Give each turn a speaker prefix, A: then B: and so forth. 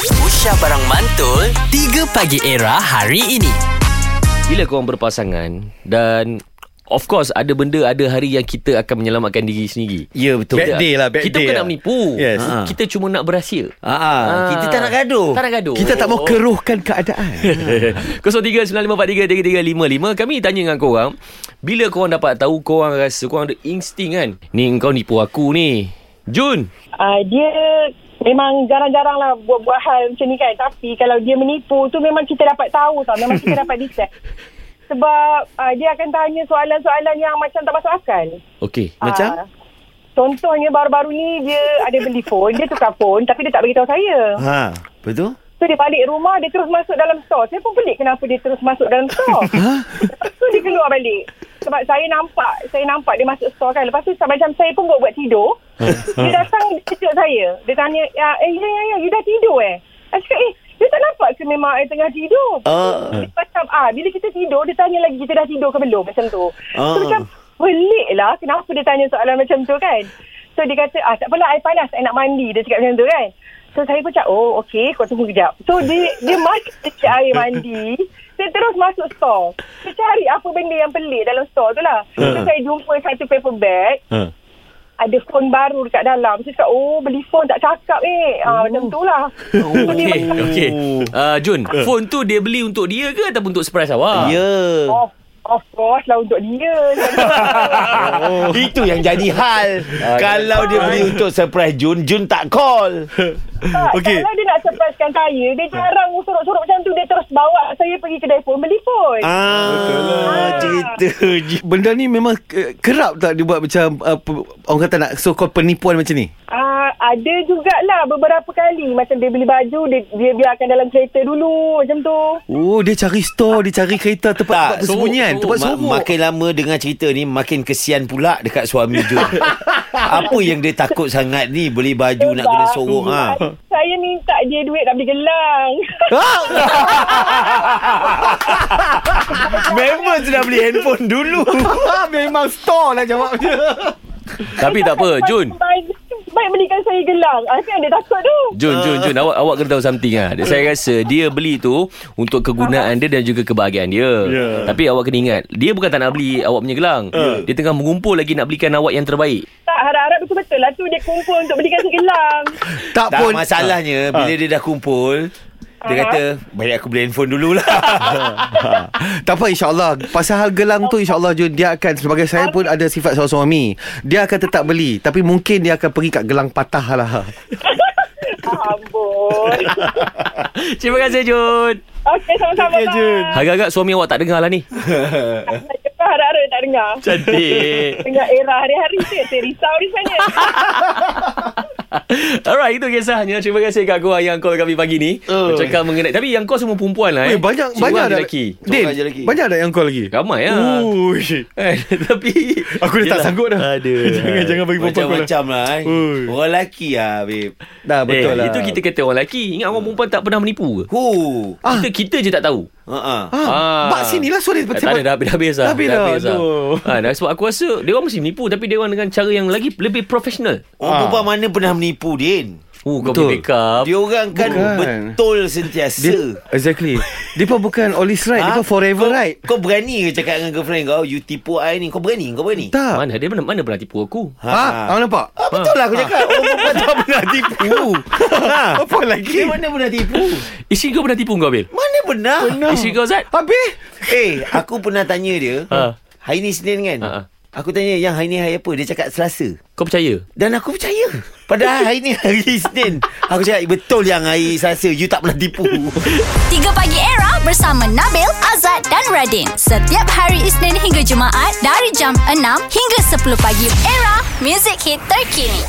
A: Syah Barang Mantul 3 Pagi Era hari ini
B: Bila korang berpasangan Dan Of course ada benda ada hari yang kita akan menyelamatkan diri sendiri.
C: Ya, betul.
B: Kita-
C: Bad day lah, bad
B: Kita
C: day
B: bukan
C: lah.
B: nak menipu.
C: Yes.
B: Ha. Kita cuma nak berahsia.
C: Ah, ah. Kita tak nak gaduh.
B: Tak nak gaduh.
C: Kita tak mau keruhkan keadaan.
B: 0395433355 Kami tanya dengan korang Bila korang dapat tahu Korang rasa Korang ada insting kan Ni kau nipu aku ni Jun
D: uh, dia memang jarang-jarang lah buat-buat hal macam ni kan. Tapi kalau dia menipu tu memang kita dapat tahu tau. Memang kita dapat detect. Sebab uh, dia akan tanya soalan-soalan yang macam tak masuk akal.
B: Okay
C: Macam?
D: Ah, contohnya baru-baru ni dia ada beli phone. Dia tukar phone tapi dia tak beritahu saya.
C: ha, betul?
D: So dia balik rumah dia terus masuk dalam store. Saya pun pelik kenapa dia terus masuk dalam store. Lepas tu dia keluar balik. Sebab saya nampak, saya nampak dia masuk store kan. Lepas tu sa- macam saya pun buat-buat tidur. dia datang dia kejut saya. Dia tanya, ya, eh ya ya ya, you dah tidur eh? Saya cakap, eh dia tak nampak ke memang I tengah tidur?
E: Ha.
C: Ah.
D: Dia macam, ah bila kita tidur, dia tanya lagi kita dah tidur ke belum? Macam tu. So
C: Ah.
D: macam, pelik lah kenapa dia tanya soalan macam tu kan. So dia kata, ah tak apalah air panas, I nak mandi. Dia cakap macam tu kan. So saya pun cakap, oh okey kau tunggu kejap. So dia dia masuk cek air mandi. Saya terus masuk store. Saya cari apa benda yang pelik dalam store tu lah. So
C: Ah.
D: saya jumpa satu paper bag.
C: Ha.
D: Ada phone baru dekat dalam. Saya cakap, oh beli phone tak cakap eh. Ah, macam tu lah.
C: Oh,
B: Okay, okay. Uh, Jun,
C: Eh.
B: phone tu dia beli untuk dia ke ataupun untuk surprise awak?
C: Ya.
D: Of, of course lah untuk dia.
C: Oh. Itu yang jadi hal. Kalau Ah, dia beli untuk surprise Jun, Jun tak call.
D: tak, okay. Kalau dia nak surprisekan saya, dia
C: Hmm.
D: jarang sorok-sorok macam tu. Dia terus bawa saya pergi kedai phone, beli phone.
C: Ah, cerita je.
E: Benda ni memang eh, kerap tak dia buat macam uh, pe- orang kata nak so called penipuan macam ni.
D: Ah, ada jugalah beberapa kali macam dia beli baju dia, dia biarkan dalam kereta dulu macam tu.
E: Oh, dia cari store, dia cari kereta tempat, tempat
C: Tak,
E: persembunyian, tempat
C: Ma-
E: sorok.
C: makin lama dengar cerita ni makin kesian pula dekat suami Jun. Apa yang dia takut sangat ni beli baju nak kena sorok ha.
D: Saya minta dia duit nak beli gelang.
C: Memang sudah beli handphone dulu.
E: memang store lah jawabnya.
B: Tapi tak apa, Jun.
D: Baik, baik belikan saya gelang. Ah, kan dia takut tu.
B: Jun, Jun, Jun. Awak awak kena tahu something lah.
C: Hmm.
B: Saya rasa dia beli tu untuk kegunaan dia dan juga kebahagiaan dia.
C: Ya.
B: Tapi awak kena ingat, dia bukan tak nak beli awak punya gelang. Dia tengah mengumpul lagi nak belikan awak yang terbaik.
D: Tak harap-harap betul-betul lah tu dia kumpul untuk belikan saya gelang.
E: tak
C: Tak Ha.
E: pun.
C: masalahnya bila dia dah kumpul dia
D: Ha.
C: kata Baik aku beli handphone dululah
E: tak apa insyaAllah Pasal hal gelang tu insyaAllah Jun Dia akan Sebagai saya pun ada sifat seorang suami Dia akan tetap beli Tapi mungkin dia akan pergi kat gelang patah lah
D: Ah, Ambon.
B: Terima kasih, Jun.
D: Okey, sama-sama.
C: Okey, Jun.
D: bye.
B: Harap-harap suami awak tak dengar lah ni.
D: Saya pun harap-harap tak dengar.
B: Cantik.
D: Dengar era hari-hari saya, saya risau ni sebenarnya.
B: Alright, itu kisahnya. Terima kasih Kak Gua yang call kami pagi ni.
C: Oh.
B: Bercakap mengenai... Tapi yang call semua perempuan lah.
E: Eh
B: Eh,
E: banyak
B: Seorang
E: Banyak
B: je
E: dah
B: lelaki.
E: Din
C: Seorang je lelaki.
E: Banyak dah yang call lagi
B: Ramai lah.
E: Uish.
B: Eh, tapi
E: Aku dah tak
B: Yelah.
E: sanggup dah.
B: Aduh.
E: Jangan- jangan bagi perempuan call
C: Macam-macam lah eh.
E: Ui.
C: Orang lelaki lah babe
E: Dah betul
B: eh,
E: lah
B: Itu kita kata orang lelaki. Ingat orang perempuan tak pernah menipu ke?
C: Hu
B: Ah. Kita kita je tak tahu.
C: uh-uh.
E: ha,
B: Ah.
E: Bak sini lah suara
B: Eh, tak ada dah habis dah habis lah.
E: Dah habis dah, aduh.
B: Ha, dah, sebab aku rasa dia orang mesti menipu tapi dia orang dengan cara yang lagi lebih profesional.
E: Ah.
C: Orang perempuan mana pernah menipu Din
B: Oh, kau
E: Betul.
B: punya backup.
C: Dia orang kan
E: Bukan.
C: betul sentiasa
E: dia, Exactly Dia pun bukan always right Dia
C: Ah,
E: pun forever
C: kau,
E: right
C: Kau berani ke cakap dengan girlfriend kau You tipu I ni Kau berani Kau berani
E: Tak
B: Mana dia mana, mana pernah tipu aku?
E: Ha, awak nampak?
C: Ah, betul lah aku
B: Ha.
C: cakap Orang perempuan tak pernah tipu
E: Apa lagi?
C: Dia mana pernah tipu
B: Isteri kau pernah tipu kau, Bil?
C: Mana pernah
B: Isteri kau, Zat?
E: Habis?
C: Eh aku pernah tanya dia
B: Ha.
C: Hari ni Senin kan
B: Ha, ha.
C: Aku tanya yang hari ni hari apa Dia cakap Selasa
B: Kau percaya?
C: Dan aku percaya Padahal hari ni hari Senin Aku cakap betul yang hari Selasa You tak pernah tipu
F: 3 Pagi Era bersama Nabil, Azad dan Radin. Setiap hari Isnin hingga Jumaat dari jam 6 hingga 10 pagi. Era, music hit terkini.